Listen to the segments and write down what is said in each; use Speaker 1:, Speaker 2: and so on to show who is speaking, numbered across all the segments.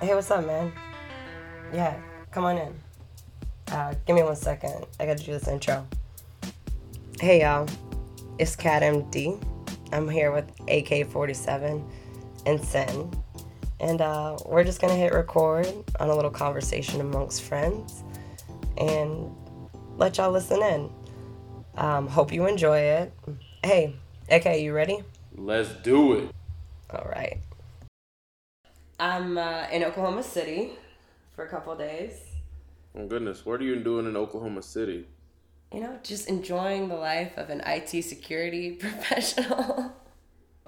Speaker 1: Hey, what's up, man? Yeah, come on in. Uh, give me one second. I gotta do this intro. Hey, y'all. It's Cat MD. I'm here with AK47 and Sin. And uh, we're just gonna hit record on a little conversation amongst friends and let y'all listen in. Um, hope you enjoy it. Hey, AK, you ready?
Speaker 2: Let's do it.
Speaker 1: All right. I'm uh, in Oklahoma City for a couple days.
Speaker 2: Oh goodness, what are you doing in Oklahoma City?
Speaker 1: You know, just enjoying the life of an IT security professional.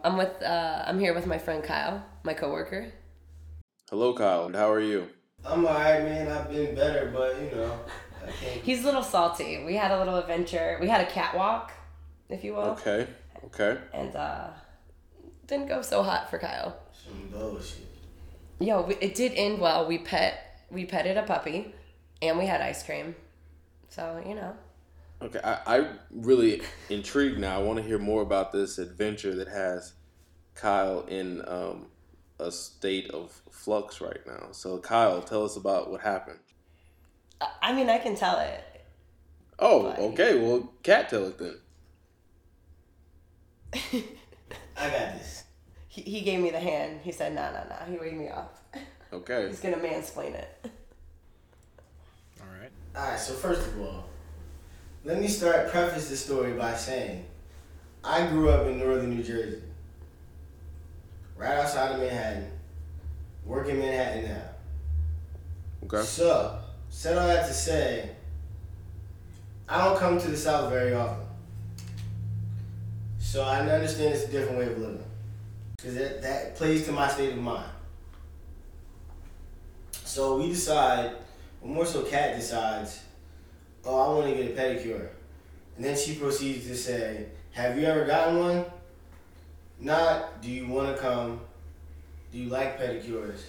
Speaker 1: I'm with uh, I'm here with my friend Kyle, my coworker.
Speaker 2: Hello, Kyle. How are you?
Speaker 3: I'm alright, man. I've been better, but you know, I can't.
Speaker 1: He's a little salty. We had a little adventure. We had a catwalk, if you will,
Speaker 2: Okay. Okay.
Speaker 1: and uh, didn't go so hot for Kyle.
Speaker 3: Some bullshit.
Speaker 1: Yo, we, it did end well. We pet we petted a puppy, and we had ice cream. So you know,
Speaker 2: Okay. I, I'm really intrigued now. I want to hear more about this adventure that has Kyle in um, a state of flux right now. So, Kyle, tell us about what happened.
Speaker 1: I, I mean, I can tell it.
Speaker 2: Oh, okay. Well, Cat, tell it then.
Speaker 3: I got this.
Speaker 1: He, he gave me the hand. He said, "Nah, nah, nah." He waved me off.
Speaker 2: Okay.
Speaker 1: He's gonna mansplain it.
Speaker 4: All right.
Speaker 3: Alright, so first of all, let me start preface this story by saying I grew up in northern New Jersey, right outside of Manhattan, work in Manhattan now.
Speaker 2: Okay.
Speaker 3: So, said all that to say, I don't come to the South very often. So I understand it's a different way of living. Because that, that plays to my state of mind. So we decide, or more so Kat decides, oh, I want to get a pedicure. And then she proceeds to say, have you ever gotten one? Not, do you want to come? Do you like pedicures?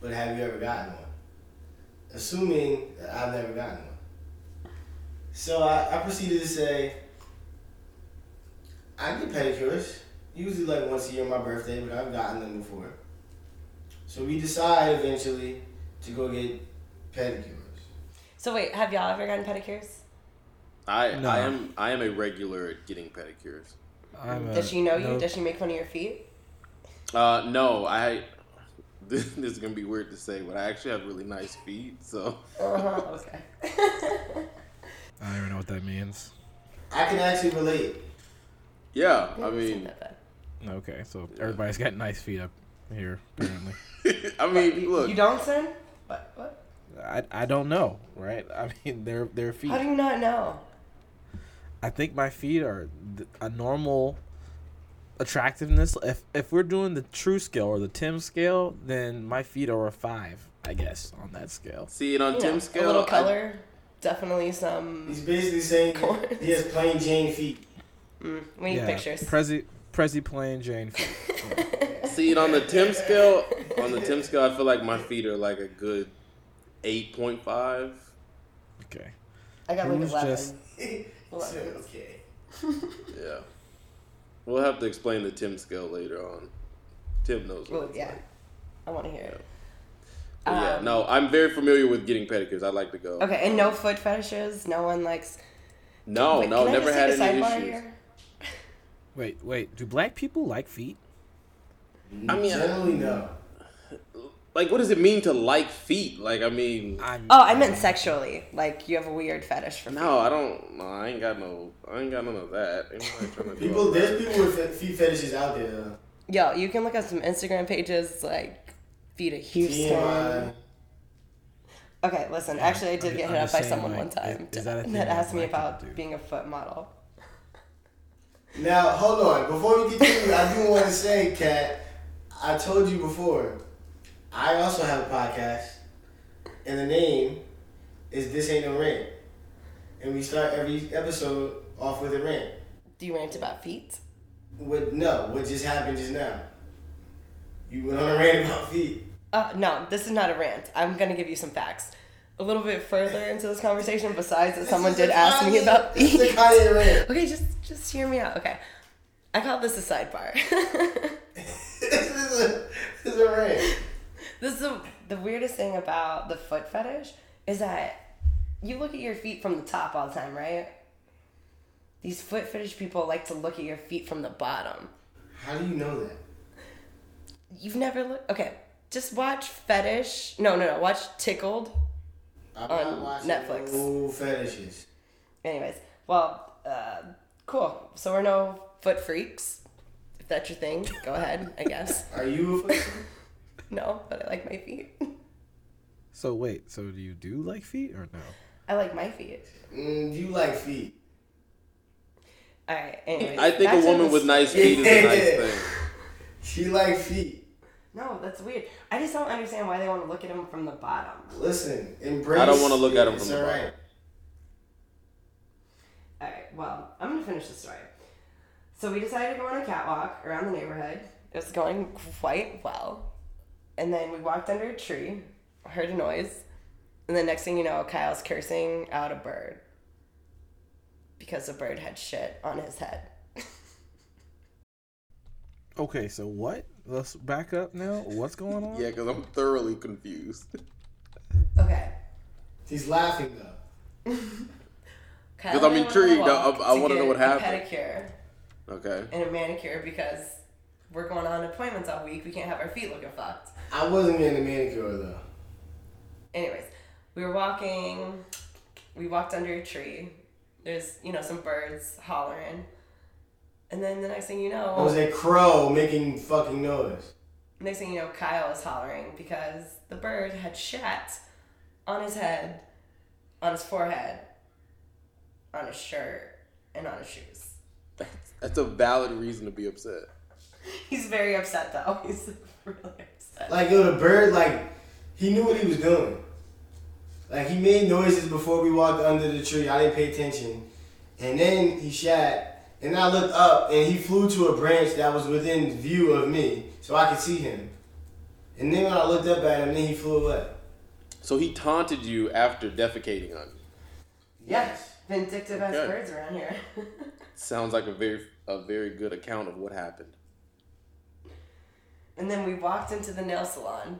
Speaker 3: But have you ever gotten one? assuming that I've never gotten one. So I, I proceeded to say, I get pedicures, usually like once a year on my birthday, but I've gotten them before. So we decide eventually to go get pedicures.
Speaker 1: So wait, have y'all ever gotten pedicures?
Speaker 2: I,
Speaker 4: No.
Speaker 2: I am I am a regular at getting pedicures.
Speaker 4: I'm a,
Speaker 1: Does she know you?
Speaker 4: nope.
Speaker 1: Does she make fun of your feet?
Speaker 2: Uh, no, I. This, this is gonna be weird to say, but I actually have really nice feet, so.
Speaker 1: Uh-huh, okay.
Speaker 4: I don't even know what that means.
Speaker 3: I can actually relate.
Speaker 2: Yeah, I
Speaker 1: It's not
Speaker 2: mean,
Speaker 1: that bad.
Speaker 4: Okay, so everybody's got nice feet up here, apparently.
Speaker 2: I mean,
Speaker 1: you,
Speaker 2: look.
Speaker 1: you don't sin. What? What?
Speaker 4: I, I don't know, right? I mean, their their feet.
Speaker 1: How do you not know?
Speaker 4: I think my feet are th- a normal attractiveness. If if we're doing the true scale or the Tim scale, then my feet are a five, I guess, on that scale.
Speaker 2: See it on
Speaker 1: You know,
Speaker 2: Tim's
Speaker 1: a
Speaker 2: scale.
Speaker 1: little
Speaker 2: I-
Speaker 1: color, definitely some.
Speaker 3: He's basically saying
Speaker 1: Corn.
Speaker 3: he has plain Jane feet.
Speaker 1: Mm, we need pictures.
Speaker 4: Prezi Prezi plain Jane. Feet.
Speaker 2: see it on the Tim scale. On the Tim scale, I feel like my feet are like a good eight point five.
Speaker 4: Okay.
Speaker 1: I got like
Speaker 4: Who's
Speaker 1: eleven.
Speaker 4: just-
Speaker 3: So,
Speaker 1: Eleven.
Speaker 3: okay.
Speaker 2: Yeah, we'll have to explain the Tim scale later on. Tim knows. What
Speaker 1: Well,
Speaker 2: it's
Speaker 1: yeah,
Speaker 2: like.
Speaker 1: I want to hear it.
Speaker 2: But yeah.
Speaker 1: Um,
Speaker 2: No, I'm very familiar with getting pedicures. I like to go.
Speaker 1: Okay, and no foot fetishes. No one likes.
Speaker 2: No,
Speaker 1: Wait,
Speaker 2: Oh, no,
Speaker 1: can I
Speaker 2: never
Speaker 1: just
Speaker 2: had
Speaker 1: take a
Speaker 2: any
Speaker 1: sidebar
Speaker 2: issues.
Speaker 1: here?
Speaker 4: Wait, wait. Do black people like feet?
Speaker 2: I mean, uh,
Speaker 3: generally no.
Speaker 2: Like, what does it mean to like feet? Like, I mean,
Speaker 4: I'm,
Speaker 1: Oh, I meant sexually. Like you have a weird fetish for me.
Speaker 2: no, I don't. No, I ain't got no. I ain't got none of that. Ain't nobody tryna do all
Speaker 3: People,
Speaker 2: that.
Speaker 3: there's people with fe- feet fetishes out there. though.
Speaker 1: Yo, you can look up some Instagram pages like feet of Houston.
Speaker 3: TMI.
Speaker 1: Okay, listen. actually, I
Speaker 4: I'm
Speaker 1: did
Speaker 4: ju-
Speaker 1: get
Speaker 4: I'm
Speaker 1: hit up
Speaker 4: just
Speaker 1: by
Speaker 4: saying,
Speaker 1: someone
Speaker 4: like,
Speaker 1: one time
Speaker 4: is- is that a thing
Speaker 1: that
Speaker 4: that
Speaker 1: asked me
Speaker 4: black people
Speaker 1: about
Speaker 4: do?
Speaker 1: being a foot model.
Speaker 3: Now, hold on. Before we continue, I do want to say, Kat, I told you before, I also have a podcast, and the name is This Ain't No Rant. And we start every episode off with a rant.
Speaker 1: Do you rant about feet?
Speaker 3: What, no, what just happened just now? You went on a rant about feet.
Speaker 1: Uh, no, this is not a rant. I'm gonna give you some facts. A little bit further into this conversation, besides that someone did ask me about
Speaker 3: This is a
Speaker 1: feet.
Speaker 3: Kanye rant.
Speaker 1: Okay, just just hear me out. Okay, I call this a sidebar.
Speaker 3: this, is a, this is a rant.
Speaker 1: This is the, the weirdest thing about the foot fetish is that you look at your feet from the top all the time, right? These foot fetish people like to look at your feet from the bottom.
Speaker 3: How do you know that?
Speaker 1: You've never looked. Okay, just watch fetish. No, no, no. Watch tickled.
Speaker 3: I'm
Speaker 1: On Netflix.
Speaker 3: No fetishes.
Speaker 1: Anyways, well, uh, cool. So we're no foot freaks. If that's your thing, go ahead. I guess.
Speaker 3: Are you a foot? freak?
Speaker 1: No, but I like my feet.
Speaker 4: So wait, so do you do like feet or no?
Speaker 1: I like my feet.
Speaker 3: mm, do you like feet?
Speaker 1: All right. Anyways,
Speaker 2: I think
Speaker 1: back
Speaker 2: a
Speaker 1: to
Speaker 2: woman
Speaker 1: this-
Speaker 2: with nice feet is a nice
Speaker 3: Yeah.
Speaker 2: thing.
Speaker 3: She like feet.
Speaker 1: No, that's weird. I just don't understand why they want to look at him from the bottom.
Speaker 3: Listen, embrace.
Speaker 2: I don't wanna look
Speaker 3: it.
Speaker 2: at 'em
Speaker 3: It's
Speaker 2: from the
Speaker 3: alright.
Speaker 2: bottom.
Speaker 1: All right, well, I'm gonna finish the story. So we decided to go on a catwalk around the neighborhood. It was going quite well, and then we walked under a tree, heard a noise, and the next thing you know, Kyle's cursing out a bird because the bird had shit on his head.
Speaker 4: Okay, so what? Let's back up now. What's going on?
Speaker 2: Yeah, because I'm thoroughly confused.
Speaker 1: Okay,
Speaker 3: He's laughing though.
Speaker 1: Kyle and I went
Speaker 2: 'Cause I'm
Speaker 1: on a
Speaker 2: intrigued. I-
Speaker 1: walk
Speaker 2: I- I wanna
Speaker 1: get
Speaker 2: know what
Speaker 1: a
Speaker 2: happened.
Speaker 1: Pedicure.
Speaker 2: Okay.
Speaker 1: and a manicure because we're going on appointments all week. We can't have our feet looking fucked.
Speaker 3: I wasn't getting a manicure though.
Speaker 1: Anyways, we were walking. We walked under a tree. There's, you know, some birds hollering. And then the next thing you know,
Speaker 3: It was a crow making fucking noise.
Speaker 1: next thing you know, Kyle is hollering because the bird had shat on his head, on his forehead, on his shirt, and on his shoes.
Speaker 2: That's a valid reason to be upset.
Speaker 1: He's very upset though. He's really upset.
Speaker 3: Like yo, the bird, like he knew what he was doing. Like he made noises before we walked under the tree. I didn't pay attention, and then he shat. And I looked up, and he flew to a branch that was within view of me, so I could see him. And then when I looked up at him, then he flew away.
Speaker 2: So he taunted you after defecating on you.
Speaker 1: Yes, vindictive as
Speaker 2: Okay.
Speaker 1: birds around here.
Speaker 2: Sounds like a very a very good account of what happened.
Speaker 1: And then we walked into the nail salon.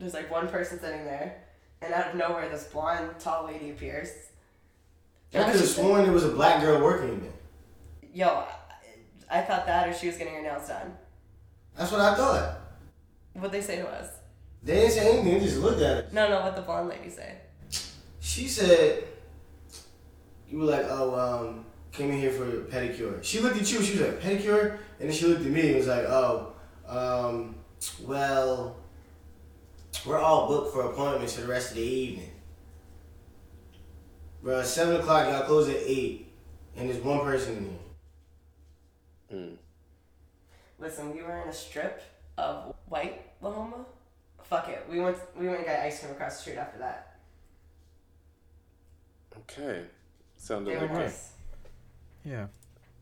Speaker 1: There's like one person sitting there, and out of nowhere, this blonde, tall lady appears.
Speaker 3: I could have sworn there was a black girl working there.
Speaker 1: Yo, I, I thought that, or she was getting her nails done.
Speaker 3: That's what I thought.
Speaker 1: What'd they say to us?
Speaker 3: They didn't say anything, they just looked at her.
Speaker 1: No, no, what the blonde lady say?
Speaker 3: She said, You were like, oh, um, came in here for a pedicure. She looked at you, she was like, pedicure? And then she looked at me and was like, oh, um, well, we're all booked for appointments for the rest of the evening. Bro, 7 o'clock, y'all close at 8, and there's one person in here.
Speaker 1: Listen, we were in a strip of white Lahoma. Fuck it, we went we went and got ice cream across the street after that.
Speaker 2: Okay. Sounded
Speaker 1: They were
Speaker 2: like
Speaker 1: nice.
Speaker 4: Yeah.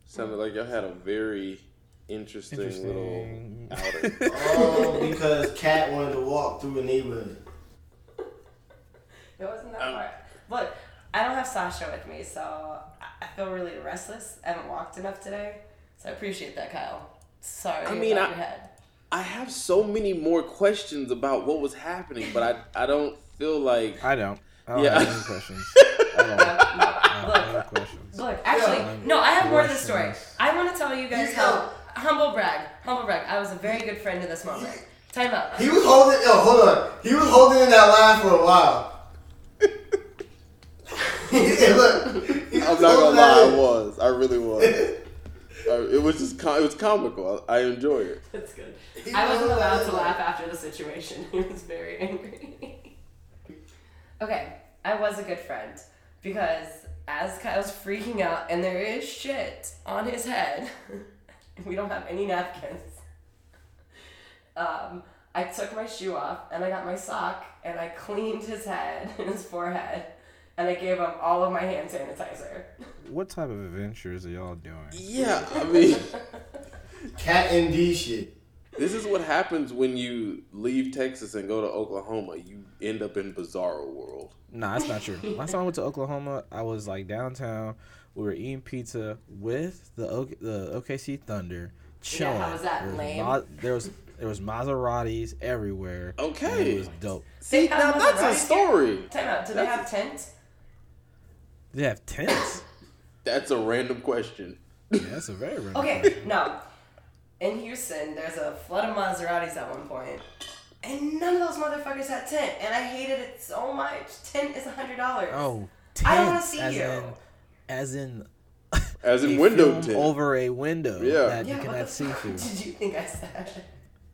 Speaker 2: sounded like y'all had a very interesting, little
Speaker 4: Interesting.
Speaker 2: outing.
Speaker 3: All because Kat wanted to walk through the neighborhood.
Speaker 1: It wasn't that far. Look, I don't have Sasha with me, so I- I feel really restless. I haven't walked enough today, so I appreciate that, Kyle. Sorry
Speaker 2: I mean,
Speaker 1: about
Speaker 2: I-
Speaker 1: your head.
Speaker 2: I have so many more questions about what was happening, but I I don't feel like
Speaker 4: I don't. I don't
Speaker 2: Yeah.
Speaker 4: have any questions. I don't.
Speaker 1: No, no,
Speaker 4: I don't have
Speaker 1: look,
Speaker 4: any questions.
Speaker 1: look. Actually, no. I have more to the story.
Speaker 4: Questions.
Speaker 1: I want to tell you guys
Speaker 3: You
Speaker 1: how
Speaker 3: know-
Speaker 1: humble brag, humble brag. I was a very good friend in this moment. Time out.
Speaker 3: He was holding. Yo, hold on. He was holding in that line for a while. yeah, look. He was
Speaker 2: I'm not gonna
Speaker 3: holding
Speaker 2: lie,
Speaker 3: that
Speaker 2: I
Speaker 3: in.
Speaker 2: was. I really was. I, it was just com- it was comical. I, I enjoy it.
Speaker 1: That's good.
Speaker 3: He
Speaker 1: I wasn't
Speaker 3: was
Speaker 1: allowed to
Speaker 3: like-
Speaker 1: laugh after the situation. He was very angry. okay, I was a good friend because as Kyle's freaking out and there is shit on his head, and we don't have any napkins. Um, I took my shoe off and I got my sock and I cleaned his head and his forehead and I gave him all of my hand sanitizer.
Speaker 4: What type of adventures are y'all doing?
Speaker 2: Yeah, I mean,
Speaker 3: Cat and D shit.
Speaker 2: this is what happens when you leave Texas and go to Oklahoma. You end up in Bizarro World.
Speaker 4: Nah, that's not true. Last time I went to Oklahoma, I was like downtown. We were eating pizza with the o- the OKC Thunder, chilling.
Speaker 1: how was that?
Speaker 4: There
Speaker 1: Lame?
Speaker 4: Ma- there was there was Maseratis everywhere. and
Speaker 2: Okay.
Speaker 4: it was dope.
Speaker 2: See, now that's a story.
Speaker 1: Time out. Do they have
Speaker 2: That's-
Speaker 1: tents?
Speaker 4: Did they have tents?
Speaker 2: That's a random question.
Speaker 4: yeah, that's a very random.
Speaker 1: Okay, no. In Houston, there's a flood of Maseratis at one point, and none of those motherfuckers had tent, and I hated it so much. Tent is a hundred dollars.
Speaker 4: Oh, tents,
Speaker 1: I don't wanna see
Speaker 4: as
Speaker 1: you.
Speaker 4: in, as in,
Speaker 2: As in
Speaker 4: a
Speaker 2: window
Speaker 4: film
Speaker 2: tent.
Speaker 4: over a window
Speaker 2: Yeah.
Speaker 4: that
Speaker 1: yeah. what
Speaker 4: you
Speaker 1: the
Speaker 4: cannot see
Speaker 1: fuck
Speaker 4: through.
Speaker 1: did you think I said?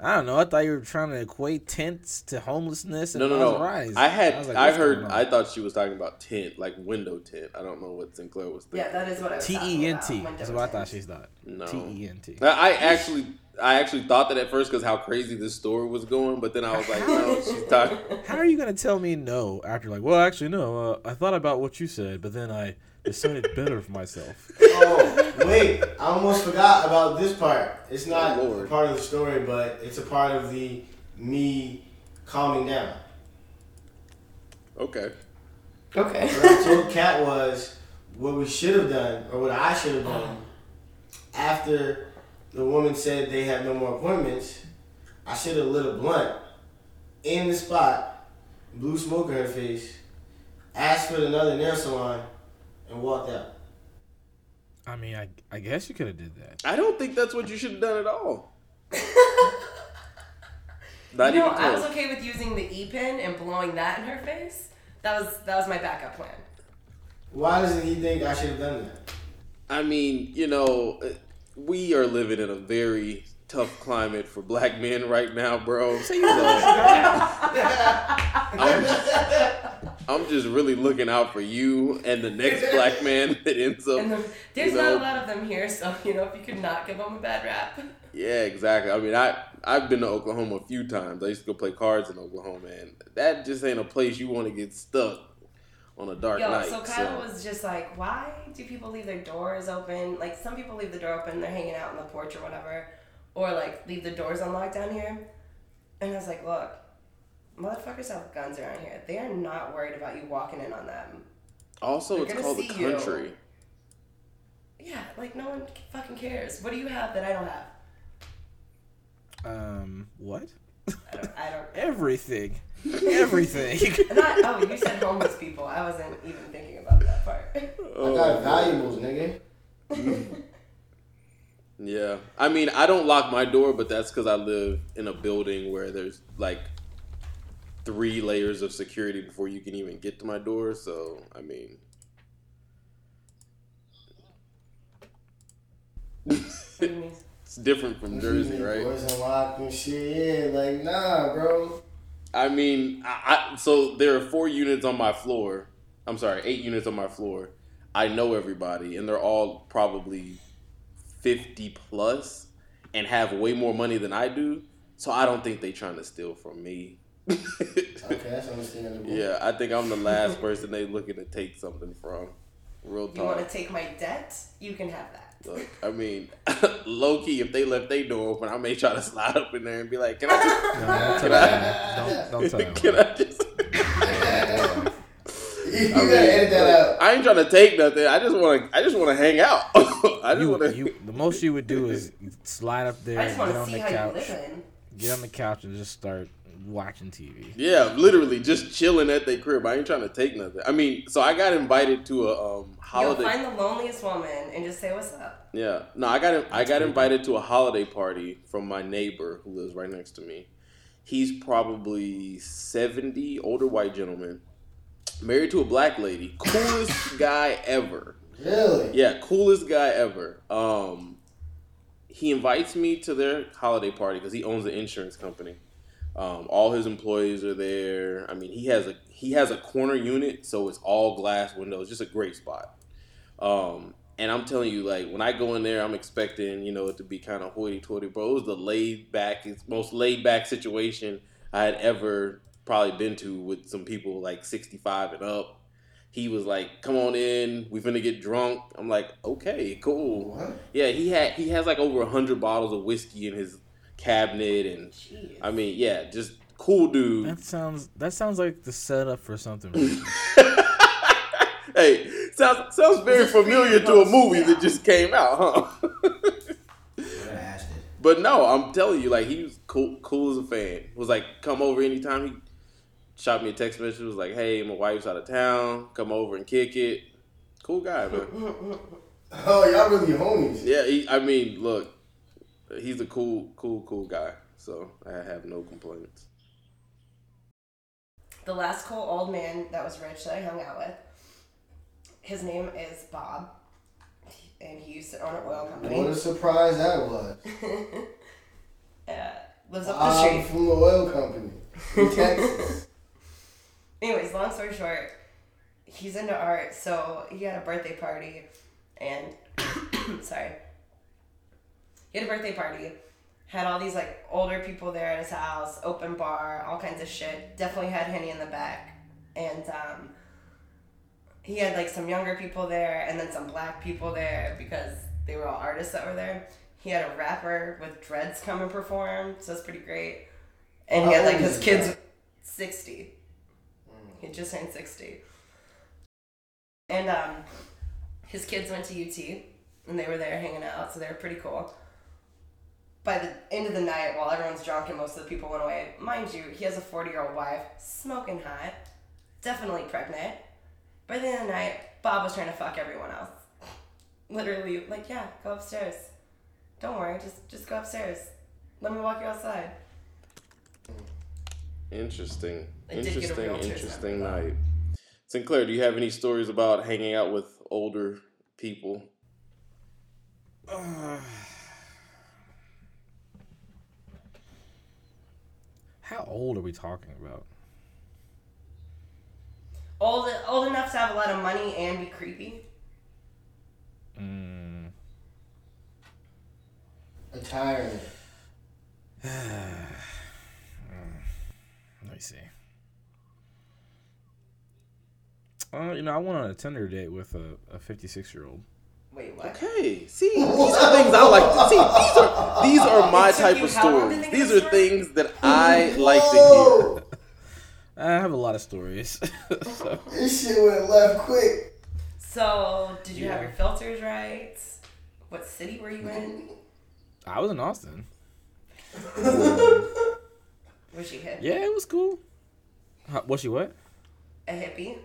Speaker 4: I don't know. I thought you were trying to equate tents to homelessness. And
Speaker 2: No, no, no.
Speaker 4: Maseratis.
Speaker 2: I had, I,
Speaker 4: was like, what's
Speaker 2: heard,
Speaker 4: going on?
Speaker 2: I thought she was talking about tent, like window tent. I don't know what Sinclair was thinking.
Speaker 1: Yeah, that is what I was.
Speaker 4: T
Speaker 1: talking
Speaker 4: E N
Speaker 1: about,
Speaker 4: T.
Speaker 1: window
Speaker 4: That's what I
Speaker 1: tent.
Speaker 4: thought she thought.
Speaker 2: No.
Speaker 4: T E N T.
Speaker 2: Now, I actually, I actually thought that at first because how crazy this story was going, but then I was like, no, she's talking.
Speaker 4: How are you gonna tell me no after like? Well, actually, no. Uh, I thought about what you said, but then I decided better for myself.
Speaker 3: Oh, wait. I almost forgot about this part. It's not
Speaker 2: Oh, Lord.
Speaker 3: a part of the story, but it's a part of the me calming down.
Speaker 2: Okay.
Speaker 1: Okay.
Speaker 3: What I told Kat was what we should have done, or what I should have done, after the woman said they have no more appointments, I should have lit a blunt in the spot, blew smoke in her face, asked for another nail salon, and walked out.
Speaker 4: I mean, I, I guess you could have did that.
Speaker 2: I don't think that's what you should have done at all. Not
Speaker 1: no,
Speaker 2: even
Speaker 1: I was
Speaker 2: close.
Speaker 1: okay with using the E pin and blowing that in her face. That was that was my backup plan.
Speaker 3: Why doesn't he think I should have done that?
Speaker 2: I mean, you know, uh, we are living in a very tough climate for black men right now, bro. So I'm, I'm just really looking out for you and the next black man that ends up.
Speaker 1: And the, there's
Speaker 2: you
Speaker 1: not a
Speaker 2: know,
Speaker 1: lot of them here, so you know if you could not give them a bad rap.
Speaker 2: Yeah, exactly. I mean, I I've been to Oklahoma a few times. I used to go play cards in Oklahoma, and that just ain't a place you want to get stuck on a dark
Speaker 1: Yo,
Speaker 2: night.
Speaker 1: so Kyle was just like, why do people leave their doors open? Like some people leave the door open, they're hanging out on the porch or whatever, or like leave the doors unlocked down here. And I was like, look, motherfuckers have guns around here. They are not worried about you walking in on them.
Speaker 2: also,
Speaker 1: They're
Speaker 2: it's
Speaker 1: gonna
Speaker 2: called the
Speaker 1: see you.
Speaker 2: country.
Speaker 1: Yeah, like no one fucking cares. What do you have that I don't have?
Speaker 4: Um, what?
Speaker 1: I don't. I don't
Speaker 4: Everything, everything.
Speaker 1: not, oh, you said homeless people. I wasn't even thinking about that part.
Speaker 3: I
Speaker 2: Oh,
Speaker 3: got valuables, nigga.
Speaker 2: Yeah. I mean, I don't lock my door, but that's because I live in a building where there's like three layers of security before you can even get to my door. So, I mean. it's different from Jersey, right?
Speaker 3: Boys unlocked and shit. Yeah, like nah, bro.
Speaker 2: I mean, I, I, so there are four units on my floor. I'm sorry, eight units on my floor. I know everybody, and they're all probably 50 plus and have way more money than I do. So I don't think they trying to steal from me.
Speaker 3: Okay, that's understandable.
Speaker 2: Yeah, I think I'm the last person they looking to take something from. Real
Speaker 1: You want to
Speaker 2: talk.
Speaker 1: take my debt? You can have that.
Speaker 2: Look, I mean, low key, if they left their door open, I may try to slide up in there and be like, "Can I
Speaker 4: No, don't tell that. Don't, don't
Speaker 2: just?
Speaker 4: tell that.
Speaker 2: can I just?"
Speaker 3: you gotta edit that out.
Speaker 2: I ain't trying to take nothing. I just want to. I just want to hang out. I just
Speaker 4: You,
Speaker 2: want to.
Speaker 4: you, the most you would do is slide up there,
Speaker 1: I just
Speaker 4: get
Speaker 1: want to
Speaker 4: on
Speaker 1: see
Speaker 4: the
Speaker 1: how you
Speaker 4: couch,
Speaker 1: live in.
Speaker 4: get on the couch, and just start watching TV.
Speaker 2: Yeah, literally just chilling at their crib. I ain't trying to take nothing. I mean, so I got invited to a um,
Speaker 1: You'll
Speaker 2: holiday.
Speaker 1: find the loneliest woman and just say what's up.
Speaker 2: Yeah. No, I got I got invited to a holiday party from my neighbor who lives right next to me. He's probably 70, older white gentleman, married to a black lady. Coolest guy ever.
Speaker 3: Really?
Speaker 2: Yeah, coolest guy ever. Um he invites me to their holiday party because he owns an insurance company. Um, all his employees are there. I mean, he has a he has a corner unit, so it's all glass windows. Just a great spot. Um, and I'm telling you, like when I go in there, I'm expecting you know it to be kind of hoity-toity, bro. It was the laid back, it's most laid back situation I had ever probably been to with some people like 65 and up. He was like, "Come on in, we finna get drunk." I'm like, "Okay, cool."
Speaker 3: What?
Speaker 2: Yeah, he had he has like over hundred bottles of whiskey in his cabinet, and
Speaker 1: Jeez.
Speaker 2: I mean, yeah, just cool dude.
Speaker 4: That sounds. That sounds like the setup for something.
Speaker 2: hey, sounds sounds very
Speaker 1: Is this
Speaker 2: familiar
Speaker 1: Freedom
Speaker 2: to a
Speaker 1: House?
Speaker 2: movie
Speaker 1: Yeah.
Speaker 2: that just came out, huh?
Speaker 3: What an ass did.
Speaker 2: But no, I'm telling you, like he was cool, cool as a fan. Was like, come over anytime. He shot me a text message. Was like, hey, my wife's out of town. Come over and kick it. Cool guy, man.
Speaker 3: Oh, y'all really homies.
Speaker 2: Yeah, he, I mean, look, he's a cool, cool, cool guy. So I have no complaints.
Speaker 1: The last cool old man that was rich that I hung out with, his name is Bob, and he used to own an oil
Speaker 3: What a
Speaker 1: company.
Speaker 3: surprise that was.
Speaker 1: Uh, lives up the
Speaker 3: I'm
Speaker 1: street.
Speaker 3: from the oil company in Texas.
Speaker 1: Anyways, long story short, he's into art, so he had a birthday party, and sorry, he had a birthday party, had all these like older people there at his house, open bar, all kinds of shit. Definitely had Henny in the back, and um, he had like some younger people there, and then some black people there because they were all artists that were there. He had a rapper with dreads come and perform, so it's pretty great. And he
Speaker 3: How
Speaker 1: had like
Speaker 3: old is
Speaker 1: his
Speaker 3: he
Speaker 1: kids,
Speaker 3: now?
Speaker 1: sixty.
Speaker 3: Mm.
Speaker 1: He just turned 60. And um, his kids went to UT and they were there hanging out, so they were pretty cool. By the end of the night, while everyone's drunk and most of the people went away, mind you, he has a 40 year old wife, smoking hot, definitely pregnant. By the end of the night, Bob was trying to fuck everyone else. Literally, like, yeah, go upstairs. Don't worry, just just go upstairs. Let me walk you outside.
Speaker 2: Interesting,
Speaker 1: I did get a
Speaker 2: interesting,
Speaker 1: wheelchair
Speaker 2: interesting
Speaker 1: somehow.
Speaker 2: night. Sinclair, do you have any stories about hanging out with older people?
Speaker 4: How old are we talking about?
Speaker 1: Old old enough to have a lot of money and be creepy.
Speaker 4: Mm,
Speaker 3: Retirement.
Speaker 4: let me see. Uh, you know, I went on a Tinder date with a, a 56 year old.
Speaker 1: Wait, what?
Speaker 2: Okay, see, these are things I like to see. These are these are my
Speaker 1: It took
Speaker 2: type
Speaker 1: you
Speaker 2: of
Speaker 1: how long to
Speaker 2: stories.
Speaker 1: think of
Speaker 2: These
Speaker 1: the
Speaker 2: are
Speaker 1: story?
Speaker 2: things that I like to hear.
Speaker 3: Whoa!
Speaker 4: I have a lot of stories. so,
Speaker 3: This shit went left quick.
Speaker 1: So, did you have
Speaker 4: Yeah.
Speaker 1: your filters right? What city were you in?
Speaker 4: I was in Austin.
Speaker 1: Was she hip?
Speaker 4: Yeah, it was cool. Huh, was she what?
Speaker 1: A hippie?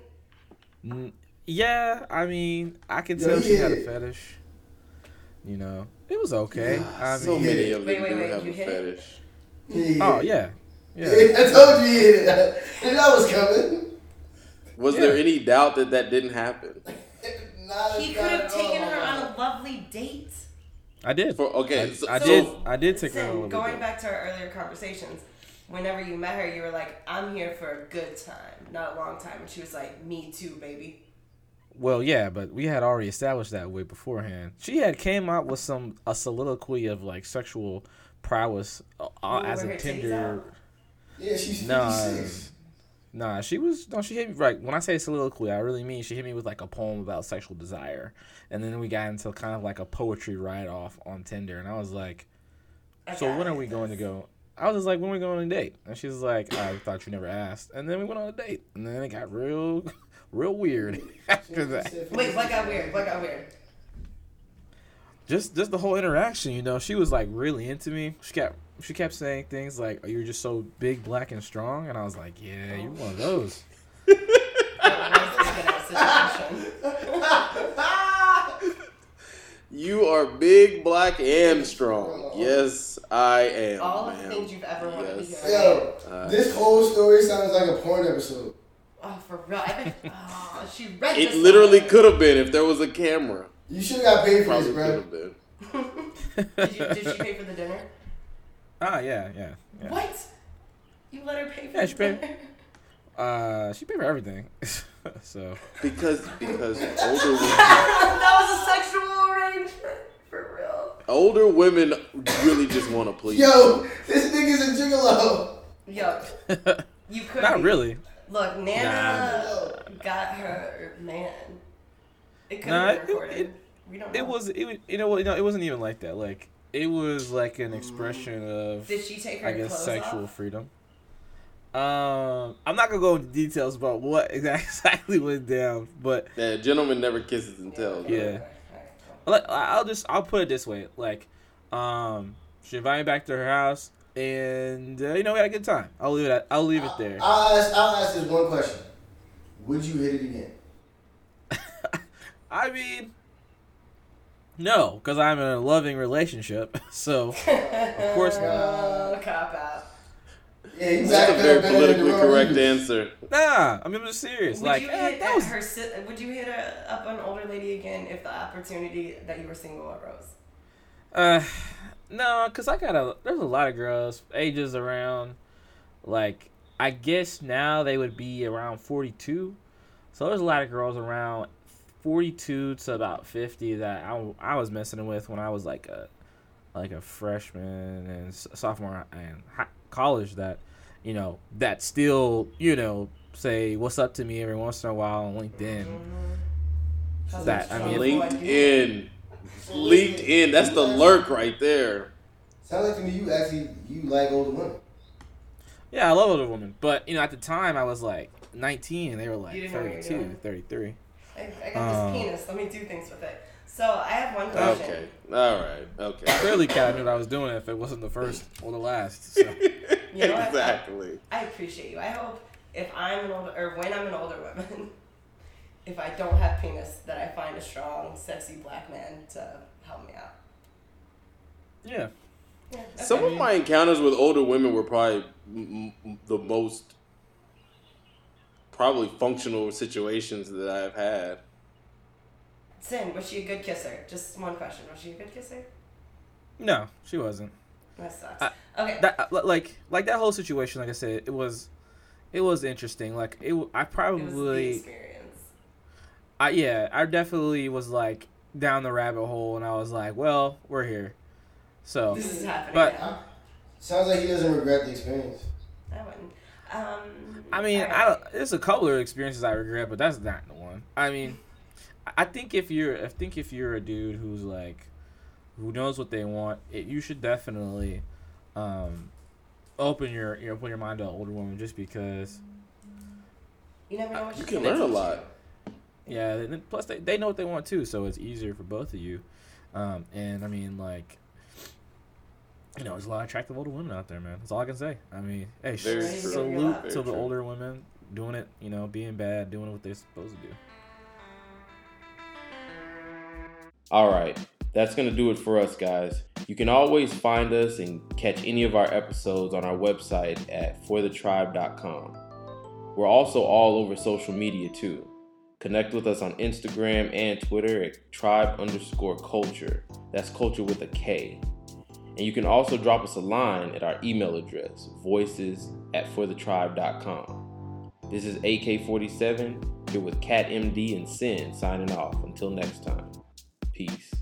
Speaker 4: Mm, yeah, I mean, I can
Speaker 3: Yo,
Speaker 4: tell
Speaker 3: he
Speaker 4: she had
Speaker 3: hit
Speaker 4: a
Speaker 3: it.
Speaker 4: fetish. You know, it was okay. I
Speaker 2: So
Speaker 4: mean,
Speaker 2: many of them
Speaker 1: Wait, wait,
Speaker 2: do
Speaker 1: wait,
Speaker 2: have
Speaker 1: you
Speaker 2: a
Speaker 1: hit it?
Speaker 2: fetish.
Speaker 3: Yeah.
Speaker 4: oh yeah, yeah.
Speaker 3: I told you he hit it. That was coming.
Speaker 2: Was
Speaker 4: Yeah.
Speaker 2: there any doubt that that didn't happen?
Speaker 3: Not
Speaker 1: He could have taken
Speaker 3: oh,
Speaker 1: her on a lovely date.
Speaker 4: I did.
Speaker 2: For okay,
Speaker 4: I,
Speaker 2: so,
Speaker 4: I
Speaker 2: so-
Speaker 4: did. I did take her on a
Speaker 1: Listen,
Speaker 4: little
Speaker 1: going
Speaker 4: bit.
Speaker 1: back to our earlier conversations, whenever you met her, you were like, I'm here for a good time, not a long time. And she was like, Me too, baby.
Speaker 4: Well, yeah, but we had already established that way beforehand. She had came out with some a soliloquy of like sexual prowess uh, uh,
Speaker 1: Ooh,
Speaker 4: as
Speaker 1: were
Speaker 4: a
Speaker 1: her titties
Speaker 4: Tinder.
Speaker 1: out?
Speaker 3: Yeah, she's 56.
Speaker 4: Nah, nah, she was no, she hit me right. When I say soliloquy, I really mean she hit me with like a poem about sexual desire, and then we got into kind of like a poetry write off on Tinder, and I was like,
Speaker 1: I
Speaker 4: so
Speaker 1: got
Speaker 4: when
Speaker 1: it.
Speaker 4: are we going to go? I was just like, when are we going on a date? And she's like, I thought you never asked. And then we went on a date, and then it got real, real weird after that.
Speaker 1: Wait, what got weird? What got weird?
Speaker 4: just just the whole interaction, you know, she was like really into me. She kept she kept saying things like, "Oh, "You're just so big, black, and strong," and I was like, "Yeah, you're one of those."
Speaker 1: That was a situation.
Speaker 2: you are big, black, and strong. Yes, I am.
Speaker 1: All of the
Speaker 2: ma'am.
Speaker 1: things you've ever wanted
Speaker 2: Yes. Uh,
Speaker 1: to hear.
Speaker 3: Yo, this whole story sounds like a porn episode.
Speaker 1: Oh, for real. I bet. Oh, she read
Speaker 2: It
Speaker 1: this
Speaker 2: literally
Speaker 1: somewhere.
Speaker 2: could have been if there was a camera.
Speaker 3: You should have got paid for
Speaker 2: Probably
Speaker 3: this,
Speaker 2: could
Speaker 3: bro.
Speaker 2: have been.
Speaker 1: Did, you, did she pay for the dinner?
Speaker 4: ah, yeah, yeah, yeah.
Speaker 1: What? You let her pay for
Speaker 4: Yeah, she
Speaker 1: dinner?
Speaker 4: paid. Uh, she paid for everything, so
Speaker 2: Because because older women,
Speaker 1: that was a sexual arrangement. For real.
Speaker 2: older women really just want to please.
Speaker 3: Yo, this nigga's a gigolo.
Speaker 1: Yup. You could
Speaker 4: not
Speaker 1: be.
Speaker 4: really.
Speaker 1: Look, Nana
Speaker 3: Yo,
Speaker 1: got her man. It could
Speaker 4: Nah,
Speaker 1: have
Speaker 4: it-
Speaker 1: been recorded.
Speaker 4: it-
Speaker 1: we don't know.
Speaker 4: It was it was- you know what no, it wasn't even like that. Like it was like an expression of
Speaker 1: Did she take her
Speaker 4: I guess
Speaker 1: clothes
Speaker 4: sexual
Speaker 1: off?
Speaker 4: freedom. Um, I'm not gonna go into details about what exactly went down, but
Speaker 2: Yeah, gentleman never kisses and tells.
Speaker 4: Yeah.
Speaker 1: Okay, alright, cool.
Speaker 4: Like, I- I'll just I'll put it this way, like, um, She invited me back to her house, and uh, you know we had a good time. I'll leave it. At, I'll leave it there.
Speaker 3: I'll ask, I'll ask this one question. Would you hit it again?
Speaker 4: I mean, no, because I'm in a loving relationship. So of course not.
Speaker 1: Oh, cop out.
Speaker 3: Yeah, you
Speaker 2: That's a
Speaker 3: backed
Speaker 2: very
Speaker 3: up and hit the
Speaker 2: politically
Speaker 3: wrong
Speaker 2: correct
Speaker 3: dude.
Speaker 2: answer.
Speaker 4: Nah, I mean, I'm just serious.
Speaker 1: Would
Speaker 4: like
Speaker 1: you
Speaker 4: eh,
Speaker 1: hit
Speaker 4: that
Speaker 1: at
Speaker 4: was
Speaker 1: her? si- Would you hit a, up an older lady again if the opportunity that you were single arose?
Speaker 4: Uh, no, cause I got a. There's a lot of girls ages around. Like I guess now they would be around 42. So there's a lot of girls around 42 to about 50 that I, w- I was messing with when I was like a like a freshman and s- sophomore and hi- college that you know that still you know say what's up to me every once in a while on LinkedIn.
Speaker 1: Mm-hmm.
Speaker 4: That I mean,
Speaker 2: Linked in. Linked in. That's the lurk right there.
Speaker 3: Sounds like to me you actually you like older women.
Speaker 4: Yeah, I love older women, but you know, at the time I was like 19, and they were like
Speaker 1: You didn't know what you were
Speaker 4: 32,
Speaker 1: doing.
Speaker 4: 33.
Speaker 1: I, I got
Speaker 4: Um,
Speaker 1: this penis. Let me do things with it. So I have one question.
Speaker 2: Okay. All right. Okay.
Speaker 4: Clearly, Kat knew what I was doing if it wasn't the first or the last. So.
Speaker 1: You know what?
Speaker 2: exactly.
Speaker 1: I appreciate you. I hope if I'm an older or when I'm an older woman, if I don't have penis, that I find a strong, sexy black man to help me out.
Speaker 4: Yeah,
Speaker 1: Yeah, okay.
Speaker 2: Some of my encounters with older women were probably m- m- the most probably functional situations that I've had.
Speaker 1: Sin, was she a good kisser? Just one question. Was she a good kisser?
Speaker 4: no, she wasn't.
Speaker 1: That sucks.
Speaker 4: I-
Speaker 1: okay.
Speaker 4: That uh, li- like like that whole situation, like I said, it was it was interesting. Like it, w-
Speaker 1: it
Speaker 4: I
Speaker 1: was the
Speaker 4: probably,
Speaker 1: experience.
Speaker 4: I yeah, I definitely was like down the rabbit hole, and I was like, well, we're here. So
Speaker 1: This is happening
Speaker 4: But-
Speaker 1: now.
Speaker 3: Sounds like he doesn't regret the experience.
Speaker 1: I wouldn't. Um,
Speaker 4: I mean,
Speaker 1: all
Speaker 4: I
Speaker 1: right.
Speaker 4: don't, there's a couple of experiences I regret, but that's not the one. I mean, I- I think if you're, I think if you're a dude who's like, who knows what they want, it, you should definitely, um, open your, you know, open your mind to an older woman, just because.
Speaker 1: You never know what
Speaker 2: You
Speaker 1: she's
Speaker 2: can
Speaker 1: gonna
Speaker 2: learn a
Speaker 1: teach
Speaker 2: lot.
Speaker 1: you.
Speaker 4: Yeah, and then plus they, they know what they want too, so it's easier for both of you. Um, and I mean, like, you know, there's a lot of attractive older women out there, man. That's all I can say. I mean, hey,
Speaker 2: Very
Speaker 1: true.
Speaker 4: salute
Speaker 2: Very
Speaker 4: to the
Speaker 2: true.
Speaker 4: older women doing it, you know, being bad, doing what they're supposed to do.
Speaker 2: All right, that's going to do it for us, guys. You can always find us and catch any of our episodes on our website at forthetribe.com. We're also all over social media too. Connect with us on Instagram and Twitter at tribe underscore culture. That's culture with a K. And you can also drop us a line at our email address, voices at forthetribe.com. This is AK47 here with Cat MD and Sin signing off. Until next time. Peace.